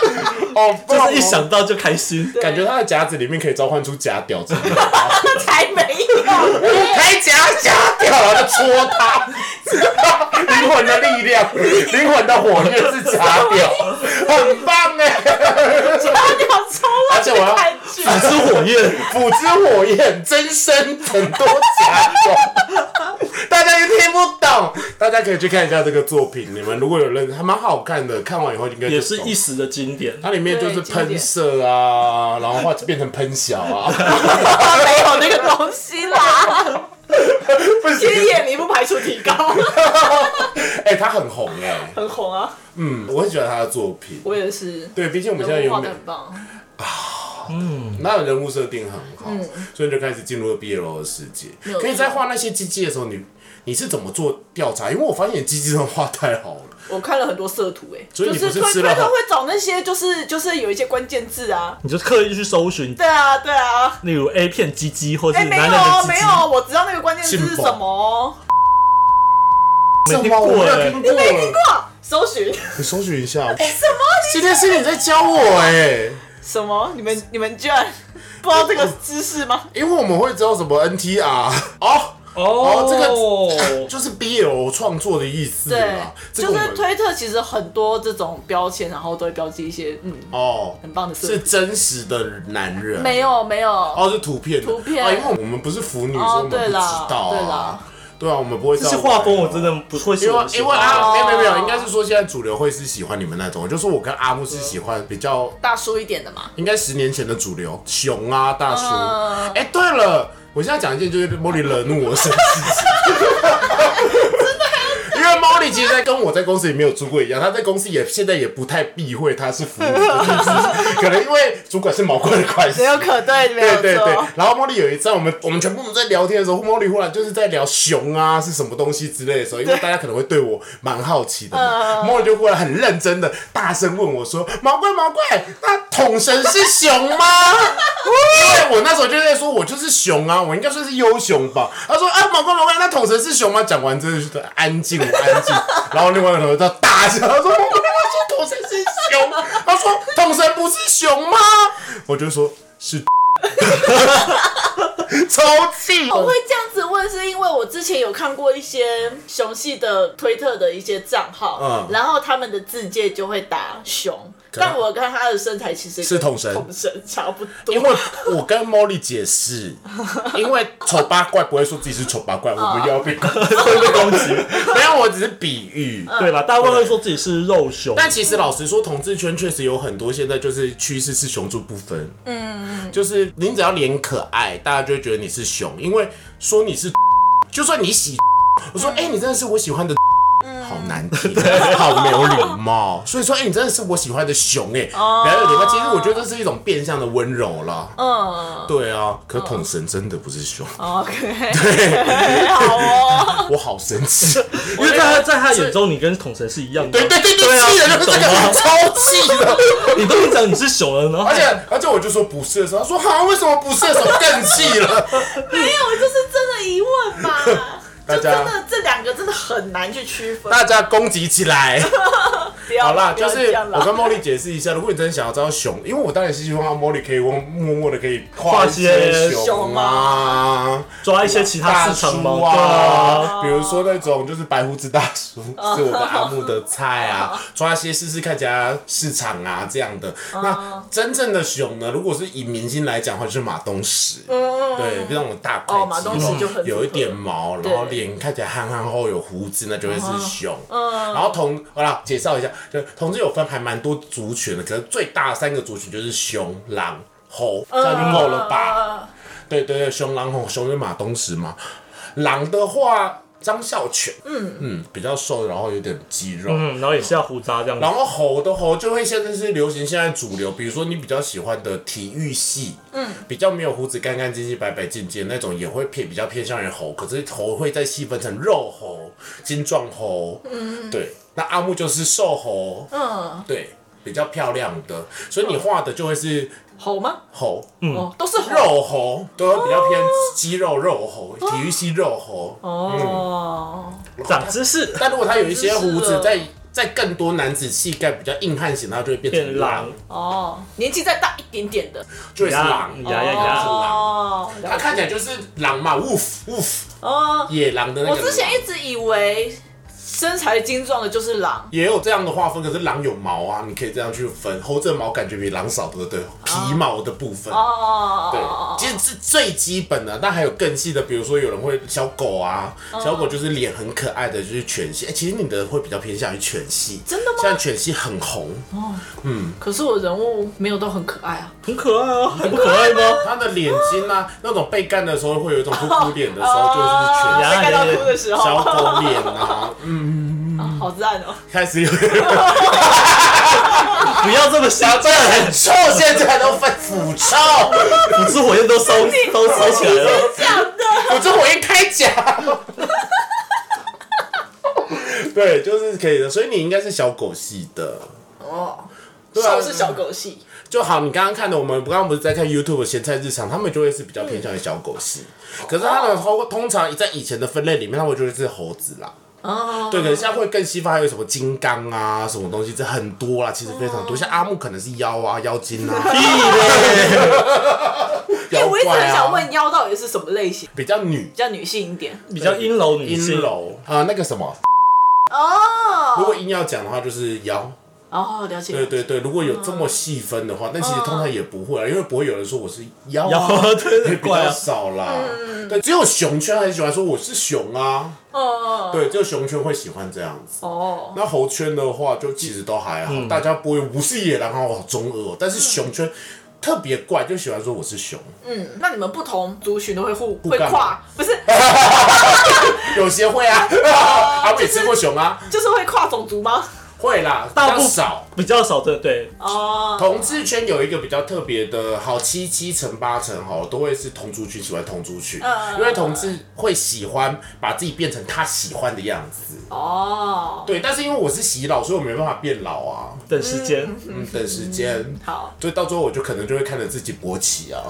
哦，就是一想到就开心，感觉他的夹子里面可以召唤出假屌之类的，那才没有。开假假屌，然后就戳他，灵魂的力量，灵魂的火焰是假屌，很棒哎！他鸟抽了，而且我要 感觉只是火焰。斧之火焰增生很多假屌，大家也听不懂，大家可以去看一下这个作品，你们如果有认，还蛮好看的，看完以后应该就也是懂一时的经典。它里面就是喷射啊，然后话变成喷小啊，没有那个东西啦。不其实行，眼龄不排除提 高，哎、它很红哎、很红啊。嗯，我很喜欢他的作品。我也是，对，毕竟我们现在人有物画美的，很棒。那人物设定很好，所以你就开始进入了 BL 的世界嗯没。有可以在错画那些鸡鸡的时候，你你是怎么做调查？因为我发现你鸡鸡真的画太好了，我看了很多色图、哎，所以就你不是是推吃推了特很会找那些，就是就是有一些关键字啊。你就刻意去搜寻，对啊，对啊。例如 A 片鸡鸡或是哎、男没人的有鸡没鸡，有，我知道那个关键字是信什奉么哦。没听什么我过没哎有听过了。哇，搜寻 你搜寻一下，哎什么今天是你在教我哎、什么？你们你们居然 不知道这个知识吗？因为我们会知道什么 NTR 哦。哦哦，这个就是 BL 创作的意思对啦，。这个就我是们推特其实很多这种标签，然后都会标记一些嗯哦，很棒的色是图。真实的男人，没有没有，哦，是图片的，图片啊，因为我们不是腐女，哦所以我们不对知啦道对啊啦，对啊，我们不会知这道。些画风我真。的不会是因我为的喜因为欢啊，哦没有没有没有，应该是说现在主流会是喜欢你们那种，就是我跟阿木是喜欢比较，大叔一点的嘛。应该十年前的主流，熊啊大叔。嗯哎，对了，我现在讲一件就是莫莉惹怒我的事情，因为莫莉其实在跟我在公司也没有住过一样，她在公司也现在也不太避讳她是服务的 意思，可能因为主管是毛怪的关系，没有可对，没有对错。对对，然后茉莉有一次，我们我们全部我们在聊天的时候，茉莉忽然就是在聊熊啊是什么东西之类的时候，因为大家可能会对我蛮好奇嗯的嘛，茉莉就忽然很认真的大声问我说：“毛怪毛怪，那桶神是熊吗？” 因为我那时候就在说，我就是熊啊，我应该算是优熊吧。他说：“啊，毛怪毛怪，那桶神是熊吗？”讲完之后就安静安静， 然后另外一个同学就大笑，他说：“毛怪。”他说桶神是熊，他说桶神不是熊吗？我就说是抽气，我会这样子问，是因为我之前有看过一些熊系的推特的一些账号，嗯然后他们的字界就会打熊，但我看他的身材其实跟是同神同神差不多。因为我跟 Molly 解释，因为丑八怪不会说自己是丑八怪，我们要 被攻击，会被攻击。没有，我只是比喻。对啦，大部分会说自己是肉熊，但其实老实说，同志圈确实有很多现在就是趋势是熊猪不分，嗯，就是你只要脸可爱，大家就会觉得 你是熊，因为说你是，就算你喜，我说哎、你真的是我喜欢的， 好难听，好没有礼貌。 所以说，哎、你真的是我喜欢的熊哎、欸，没有礼貌。其实我觉得这是一种变相的温柔啦。嗯哦对啊，可是统神真的不是熊， ，OK，好哦，我好生气。因为在他在他眼中，你跟统神是一样的。 对对对对，气的就是这你懂吗个， 超气的。你都讲你是熊了，然后而且而且我就说不是的时候，他说哈为什么不是的时候更气了。没有，就是真的疑问嘛， 大就真家的这两个真的很难去区 分。大家攻击起来！不 要好啦，不就要是这样啦我跟茉莉解释一下，如果你真的想要知道熊，因为我当然是希望茉莉可以默默的可以画一些熊啊，抓一些其他大市场叔猫，对啊，啊，比如说那种就是白胡子大 叔是我们阿木的菜啊，抓一些试试看其他市场啊这样的。哦那真正的熊呢，如果是以明星来讲的话，就是马东石，对，那种大块嗯哦马东石肌就肉很，符有一合点毛，然后对脸看起来憨憨厚，有胡子，那就会是熊。然后同好啦，介绍一下，就同志有分还蛮多族群的，可能最大的三个族群就是熊、狼、猴，这样就够了吧？对对对，熊狼吼，熊是马东石嘛。狼的话，张孝全，嗯嗯，比较瘦，然后有点肌肉。嗯，然后也是要胡渣这样子然。后猴的猴就会现在是流行现在主流，比如说你比较喜欢的体育系，嗯，比较没有胡子、干干净净、白白净净那种，也会偏比较偏向于猴。可是猴会再细分成肉猴、精壮猴，嗯，对。那阿木就是瘦猴，嗯，对，比较漂亮的，所以你画的就会是猴吗？猴，哦，都是猴肉猴都会比较偏肌肉肉猴，嗯体育系肉猴。哦，长知识，但如果他有一些胡真是子哦，在在更多男子气概比较硬汉型，他就会变变成狼狼，，哦，年纪再大一点点的，就会是狼。呀呀呀！哦，他看起来就是狼嘛，woof woof，哦，野狼的那个我狼。之前一直以为身材精壮的就是狼，也有这样的划分，可是狼有毛啊，你可以这样去分。猴子的毛感觉比狼少，对不对？皮毛的部分。对，哦，其实是最基本的，但还有更细的，比如说有人会小狗啊，嗯小狗就是脸很可爱的，就是犬系。哎、其实你的会比较偏向于犬系，真的吗现在犬系很红，可是我人物没有都很可爱啊，很可爱啊，很可爱吗？它的脸筋啊，那种被干的时候会有一种 哭哭脸的时哦候，就是犬呀系。被盖到哭的时哦候，小狗脸啊，嗯， 好赞 哦，开始有不要这么嚣张，很臭，现在都分腐臭，腐之火焰都收都收起来了。我这我一开甲。对，就是可以的，所以你应该是小狗系的。哦，对啊瘦是小狗系，就好，你刚刚看的，我们刚刚不是在看 YouTube 的咸菜日常，他们就会是比较偏向于小狗系，可是他们通通常在以前的分类里面，他们就会是猴子啦。哦，对，可能现在会更西方，还有什么金刚啊，什么东西，这很多啦，其实非常多。像阿木可能是妖啊，妖精 啊，哎， 妖我一直怪很想啊，问妖到底是什么类型，比较女比较女性一点比较阴柔女阴性，柔啊，那个什么，如哦，果硬要讲的话，就是妖。哦，了解，对对对，如果有这嗯么细分的话，但其实通常也不会啊，因为不会有人说我是妖妖啊， 对也比怪较啊少啦。嗯对，只有熊圈很喜欢说我是熊啊，哦对，只有熊圈会喜欢这样子。哦，那猴圈的话，就其实都还嗯好，大家不会无视野狼啊，好中二、哦。但是熊圈特别怪，就喜欢说我是熊，嗯，那你们不同族群都会互会干嘛哎跨，不是，有些会啊， 阿伟吃过熊啊，哦就是会跨种族吗？会啦，比大部较分少。比较少的，对，哦，同志圈有一个比较特别的，好七七成八成好都会是同族群喜欢同族群，嗯因为同志会喜欢把自己变成他喜欢的样子。哦，对，但是因为我是洗脑，所以我没办法变老啊。等时间。嗯，等时间，好，哦所以到最后我就可能就会看着自己勃起啊。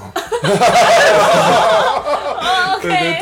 对对对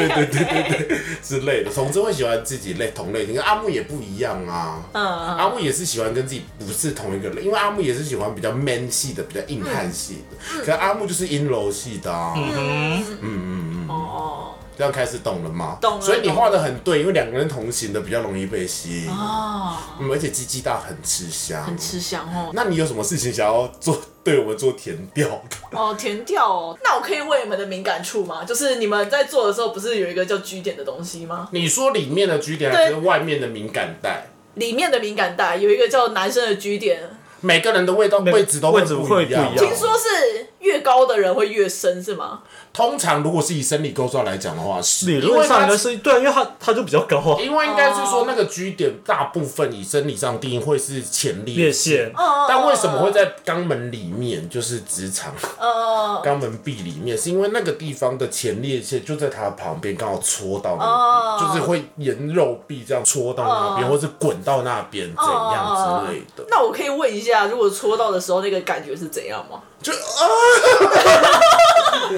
对对对对之类的，同志会喜欢自己类同类型，跟阿木也不一样啊。嗯，阿木也是喜欢跟自己不是同一个人，因为阿木也是喜欢比较 man 系的，比较硬汉系的，嗯可阿木就是阴柔系的、啊，嗯，哦这样开始懂了吗？懂了所以你画的很对，因为两个人同行的比较容易被吸引，哦，嗯而且鸡鸡大很吃香。很吃香哦，那你有什么事情想要做？对我们做填调的？哦，甜调哦。那我可以问你们的敏感处吗？就是你们在做的时候，不是有一个叫 G 点的东西 吗？你说里面的据点还是外面的敏感带？里面的敏感带有一个叫男生的 G 点，每个人的味道、每个位置都会位置不会不一样。一样听说是越高的人会越深是吗？通常如果是以生理构造来讲的话，是理因论为上它应该是对，因为它它就比较高啊，因为应该是哦说那个 G 点大部分以生理上定义会是前列裂腺，线。但为什么哦会在肛门里面，就是直肠、呃肛门壁里面？是因为那个地方的前列腺就在它旁边，刚好戳到哦那边，就是会沿肉壁这样戳到那边，或是滚到那边哦怎样之类的。那我可以问一下，如果戳到的时候那个感觉是怎样吗？就啊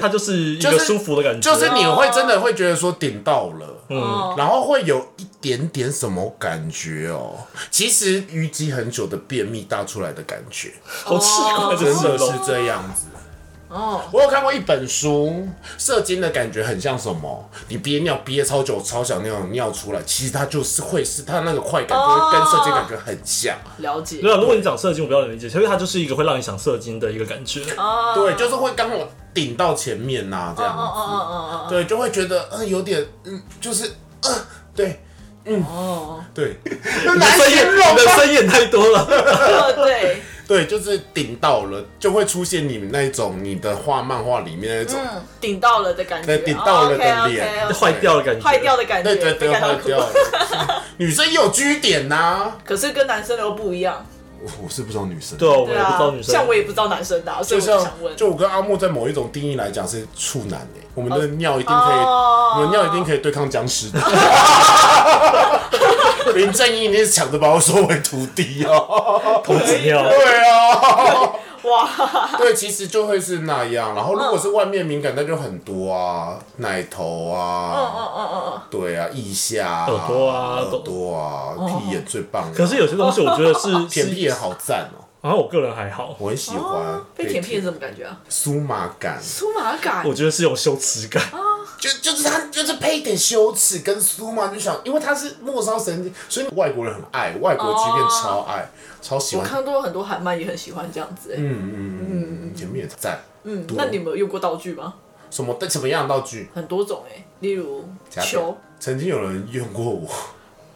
它就是一就个是舒服的感觉，就是你会真的会觉得说顶到了，哦然后会有一点点什么感觉哦。其实淤积很久的便秘大出来的感觉，好奇怪真的形的是容。这样子。哦，我有看过一本书，射精的感觉很像什么？你憋尿憋超久，超想尿尿出来，其实它就是会是它那个快感，就会跟射精感觉很像。了解对啊，如果你讲射精，我比较能理解，因为它就是一个会让你想射精的一个感觉。哦，对，就是会刚好顶到前面呐、这哦哦样。哦哦对，就会觉得嗯、呃有点嗯，就是嗯、呃对哦哦， 对，你的声音，你的声音也太多了。对哦对，对，就是顶到了，就会出现你们那种你的画漫画里面那种，嗯，顶到了的感觉，对顶到了的脸 OK，OK，OK 坏掉的感觉，坏掉的感觉，对对对，被感到坏哭掉了。 女生也有 G 点呐、可是跟男生的又不一样，我我是不知道女生。对啊，我对也不知道啊，女生像我也不知道男生的啊，所就以我像就想问，就我跟阿莫在某一种定义来讲是处男诶、我们的尿一定可以，哦我们尿一定可以对抗僵尸 的。林正英，你是抢着把我收为徒弟 哦。童子尿。对啊，哇，对，其实就会是那样。然后如果是外面敏感，那就很多啊，奶头嗯嗯啊，嗯嗯哦对啊，腋下啊、耳朵啊耳朵啊，屁眼最棒了。可是有些东西我觉得是舔屁是，眼好赞哦、然后我个人还好，我很喜嗯，欢哦。被舔屁是什么感觉啊？酥麻感。酥麻感我觉得是有羞耻感。就就是他就是配一点羞耻跟酥嘛，就想，因为他是末梢神经，所以外国人很爱，外国即便超爱，超喜哦我欢。看过很多韩漫也很喜欢这样子、欸，嗯嗯嗯嗯，前面也赞。嗯那你们有用过道具吗？什么什么样的道具？很多种哎、欸，例如假的球。曾经有人用过我，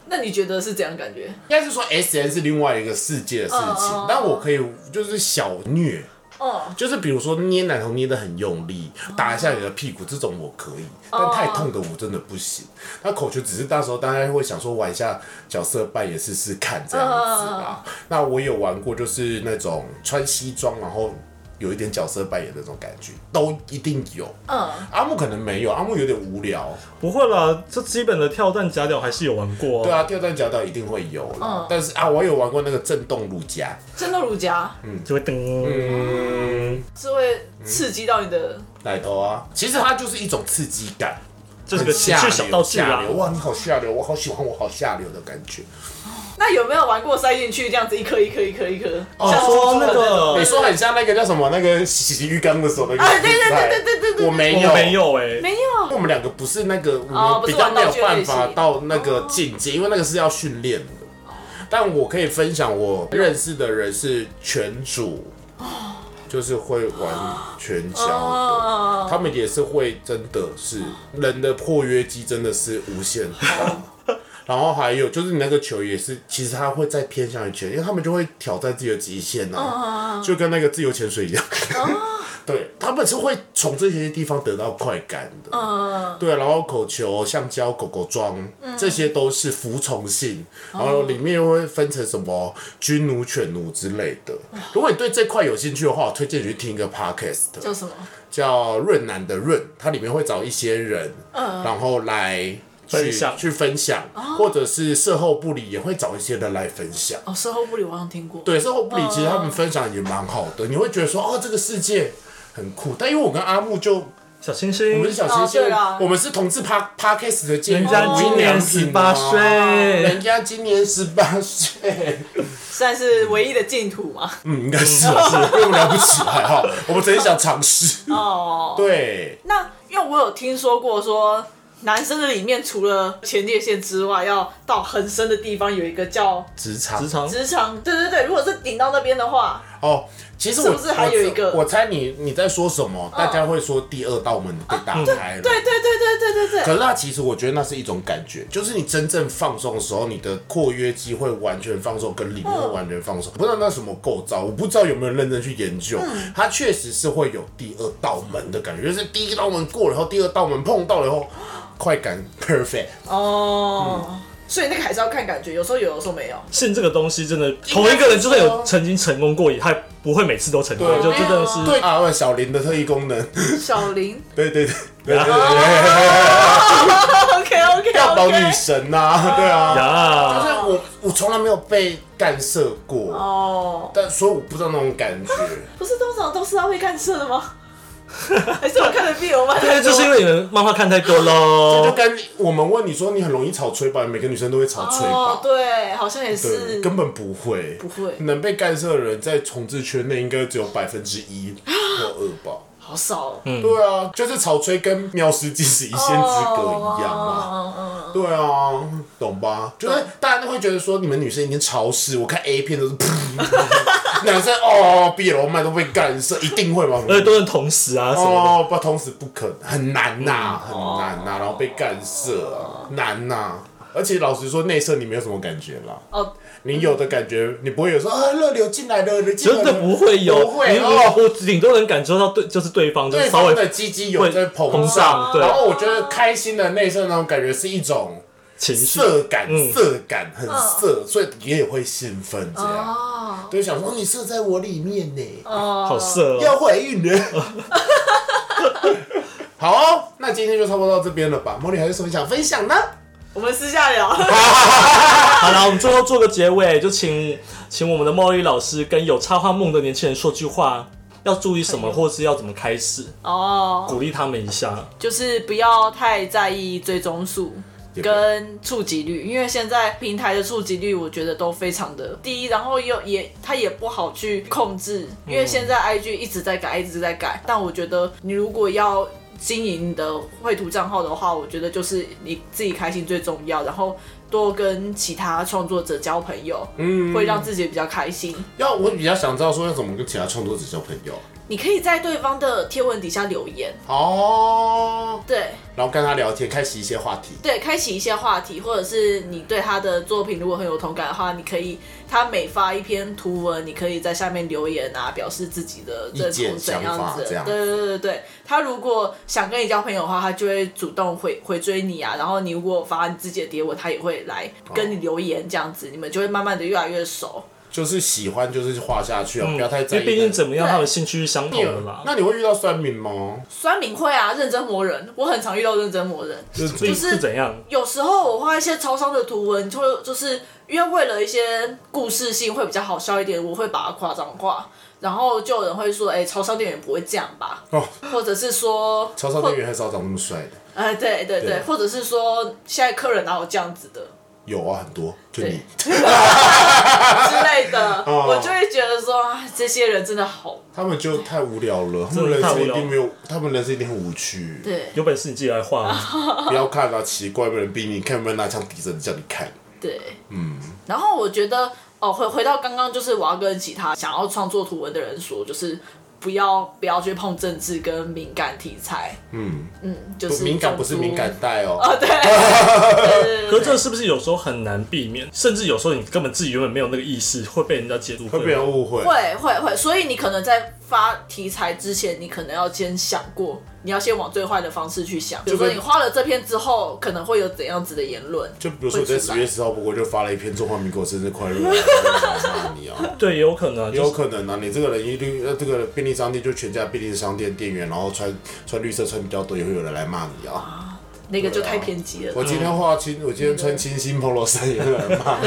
那你觉得是怎样的感觉？应该是说 S N 是另外一个世界的事情，嗯嗯嗯但我可以就是小虐。哦，就是比如说捏奶头捏得很用力，打一下你的屁股，这种我可以，但太痛的我真的不行。那口诀只是那时候大家会想说玩一下角色扮演试试看这样子啦。那我有玩过，就是那种穿西装然后。有一点角色扮演那种感觉，都一定有。嗯，阿木可能没有，阿木有点无聊。不会啦，这基本的跳蛋夹屌还是有玩过、对，啊，跳蛋夹到一定会有啦。但是啊，我有玩过那个震动乳夹，真的乳夹就会噔。嗯，是会刺激到你的，奶头啊，其实它就是一种刺激感。这是个情趣小道具下啦流。哇，你好下流，我好喜欢我好下流的感觉。那有没有玩过塞进去这样子一颗一颗一颗一颗？哦像说猪猪的那个种你说很像那个叫什么？那个洗洗浴缸的时候那个啊比赛对对对对对对对我没有我没，有哎、没有因为我们两个不是那个，哦我们不是比较没有玩道具办类法型哦到那个境界，因为那个是要训练的。但我可以分享，我认识的人是拳主，就是会玩拳交的。哦，他们也是会，真的是人的破约肌真的是无限大。然后还有就是你那个球也是，其实他会再偏向于球，因为他们就会挑战自己的极限啊，就跟那个自由潜水一样。 对，他们是会从这些地方得到快感的。嗯，对，然后口球、橡胶、狗狗装，这些都是服从性，然后里面又会分成什么军奴、犬奴之类的。如果你对这块有兴趣的话，我推荐你去听一个 podcast。叫什么？叫润南的润，它里面会找一些人，嗯然后来去分享去分享，哦或者是售后部里也会找一些人来分享。哦，售后部里我好像听过。对，售后部里哦其实他们分享也蛮好的，你会觉得说哦，这个世界很酷。但因为我跟阿木就小星我星们是，小星星，嗯哦对啦我们是同志 p a r k a s 的建人议，家今年无十印良品八啊，岁人，家今年十八岁。算是唯一的净土嘛。嗯，应该是啊是，因为我们聊不起来哈，我们只是想尝试。哦，对，那因为我有听说过说，男生的里面除了前列腺之外，要到很深的地方有一个叫职场职场直肠。对对对，如果是顶到那边的话，哦，其实我是不是还有一个我我猜你你在说什么？大家会说第二道门被打开了。对对对对对对可对，是那其实我觉得那是一种感觉，就是你真正放松的时候，你的括约肌会完全放松，跟里面会完全放松。不知道那什么构造，我不知道有没有认真去研究。它确实是会有第二道门的感觉，就是第一道门过了以后，第二道门碰到了以后，快感 perfect。哦，所以那个还是要看感觉，有时候有，有时候没有。性这个东西真的，同一个人就算有曾经成功过，也还不会每次都成功，对就真的是对啊，小林的特异功能，小 林对对对对对啊，OK OK 要保女 OK，神呐，对啊。但呀，是我我从来没有被干涉过，哦，但所以我不知道那种感觉。不是通常都是他会干涉的 吗？还是我看的 B 我蛮对，就是因为你们漫画看太多就喽。跟我们问你说你很容易吵吹吧，每个女生都会吵吹哦吧，？对，好像也对，是，根本不会，不会能被干涉的人在重置圈内应该只有百分之一或二吧。好少哦，对啊，就是草吹跟妙师即是一线之隔一样啊。哦哦哦哦对啊，懂吧？就是大家都会觉得说你们女生已经潮湿，我看 A 片都是，男生哦，毕业龙脉都被干涉，一定会吧？而且都能同时啊什么哦，不，同时不可能，很难呐、嗯很难哦呐、然后被干涉、啊，难呐、而且老实说，内射你没有什么感觉啦。哦，你有的感觉，你不会有说啊，热流进来了，热流的，进来嗯真了，的不会有，不会你你哦我顶多能感受到对，就是对方就是对稍方微的鸡鸡有会在膨膨胀胀，对然后我觉得开心的内射那种感觉是一种情绪，色感，嗯色感很色，所以你也会兴奋这样，哦对，想说你射在我里面呢，哦，好色哦。要怀孕了。好哦，那今天就差不多到这边了吧？茉莉还有什么想分享呢？我们私下聊。好了，我们最后做个结尾，就请请我们的茉莉老师跟有插画梦的年轻人说句话，要注意什么，或是要怎么开始，哦，鼓励他们一下。就是不要太在意追踪数也不跟触及率，因为现在平台的触及率我觉得都非常的低，然后又也它也不好去控制，嗯因为现在 IG 一直在改，一直在改。但我觉得你如果要经营你的绘图账号的话，我觉得就是你自己开心最重要，然后多跟其他创作者交朋友，嗯，会让自己比较开心。要我比较想知道说要怎么跟其他创作者交朋友啊你可以在对方的贴文底下留言，哦，对。然后跟他聊天，开启一些话题。对，开启一些话题，或者是你对他的作品如果很有同感的话，你可以他每发一篇图文，你可以在下面留言啊，表示自己的认意见同怎想法样子。这样子对对对对对，他如果想跟你交朋友的话，他就会主动回回追你啊。然后你如果发你自己的贴文，他也会来跟你哦留言这样子，你们就会慢慢的越来越熟。就是喜欢就是画下去啊，嗯不要太在因意。为毕竟怎么样，对他们兴趣是相同你的有啦。那你会遇到酸民吗？酸敏会啊，认真磨人，我很常遇到认真磨人。就是所以就是是怎样？有时候我画一些超商的图文，就会就是因为为了一些故事性会比较好笑一点，我会把它夸张化。然后就有人会说，哎、超商店员不会这样吧？哦， 或者是说，曹操或店员很少长那么帅的，哎，对对对，对或者是说，现在客人哪有这样 子的有啊，很多，就你。之类的，哦我就会觉得说，啊这些人真的好，他们就太无聊了，他真们的人太生无聊一定没有，他们人生一定很无趣。对有本事你自己来画，不要看啊，奇怪，没人逼你看，有没有拿枪抵着你叫你看？对，嗯。然后我觉得，哦，回回到刚刚，就是我要跟其他想要创作图文的人说，就是不要不要去碰政治跟敏感题材，嗯，嗯，就不是敏感种不是族敏感带哦、哦， 对，对可对对是这是不是有时候很难避免？甚至有时候你根本自己原本没有那个意识，会被人家解读会被人误会。会会会，所以你可能在发题材之前，你可能要先想过，你要先往最坏的方式去想，比如说跟你画了这篇之后，可能会有怎样子的言论，就比如说我在会出十来月十号，不过就发了一篇中华民国生日快 乐啊，我想骂你啊，对，也有可能啊，也就有是可能啊，你这个人一律呃，这个便利商店就全家便利商店店员，然后穿穿绿色穿比较多，也会有人来骂你啊。那个就对啊太偏激了。我今天画清，我今天穿清新 polo 衫，也会有人骂你。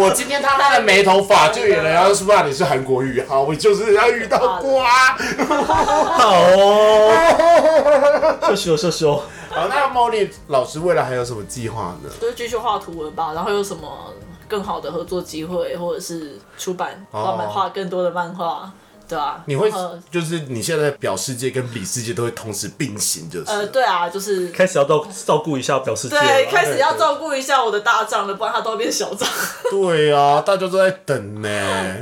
我今天他妈的没头发，就有人要是骂你是韩国语啊，我就是要遇到过啊。好哦，羞羞羞羞，好，那茉莉老师未来还有什么计划呢？就是继续画图文吧，然后有什么更好的合作机会，或者是出版，哦帮我们画更多的漫画，对啊，你会然后就是你现在表世界跟里世界都会同时并行，就是呃，对啊，就是开始要照照顾一下表示界对，开了。始要照顾一下我的大账了，不然它都要变小账。 对啊，大家都在等呢。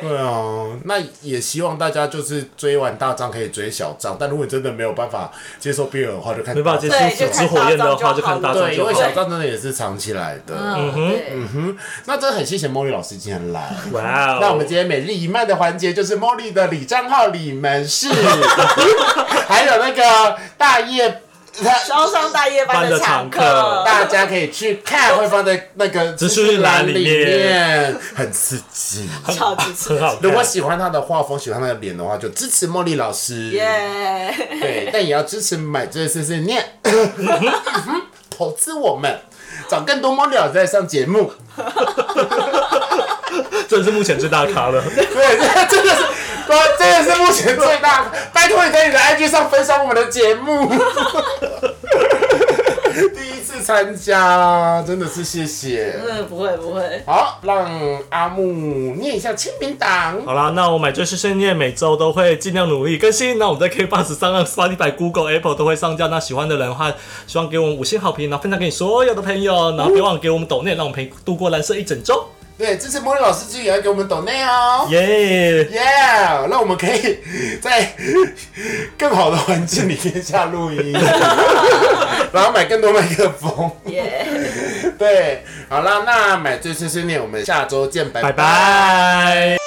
对啊，那也希望大家就是追完大张可以追小张，但如果你真的没有办法接受 BL 的话，就看没办法接大受张对手指火焰的话，就看大众对，因就为好小。张真的也是藏起来的。嗯，对，那真的很谢谢 Molly 老师今天来。哇哦！那我们今天每日一脉的环节就是 Molly 的李账号李门 市，还有那个大夜，招商大夜班的常班的常客大家可以去看，会放在那个资讯栏里资讯面，很刺激。超级吃很好看。如果喜欢他的画风，喜欢他的脸的话，就支持茉莉老师。耶！ 对，但也要支持买醉碎碎念， 投资我们，找更多茉莉老师来上节目。真的是目前最大 咖了。对，这真的是，哇，真的是目前最大的。拜托你在你的 IG 上分享我们的节目。 第一次参加，真的是谢谢。嗯，不会不会，好，让阿木念一下签名档。好啦，那我买醉是深夜，每周都会尽量努力更新。那我们在 K Box 上、Spotify、Google、Apple 都会上架。那喜欢的人的话，希望给我们五星好评，然后分享给你所有的朋友，然后别忘了给我们抖内，让我们陪度过蓝色一整周。对，支持茉莉老师之余，也要给我们抖内哦。耶、 Yeah，那我们可以在更好的环境里面下录 音，然后买更多麦克风。耶！对，好啦，那买醉碎碎念，我们下周见，拜拜拜。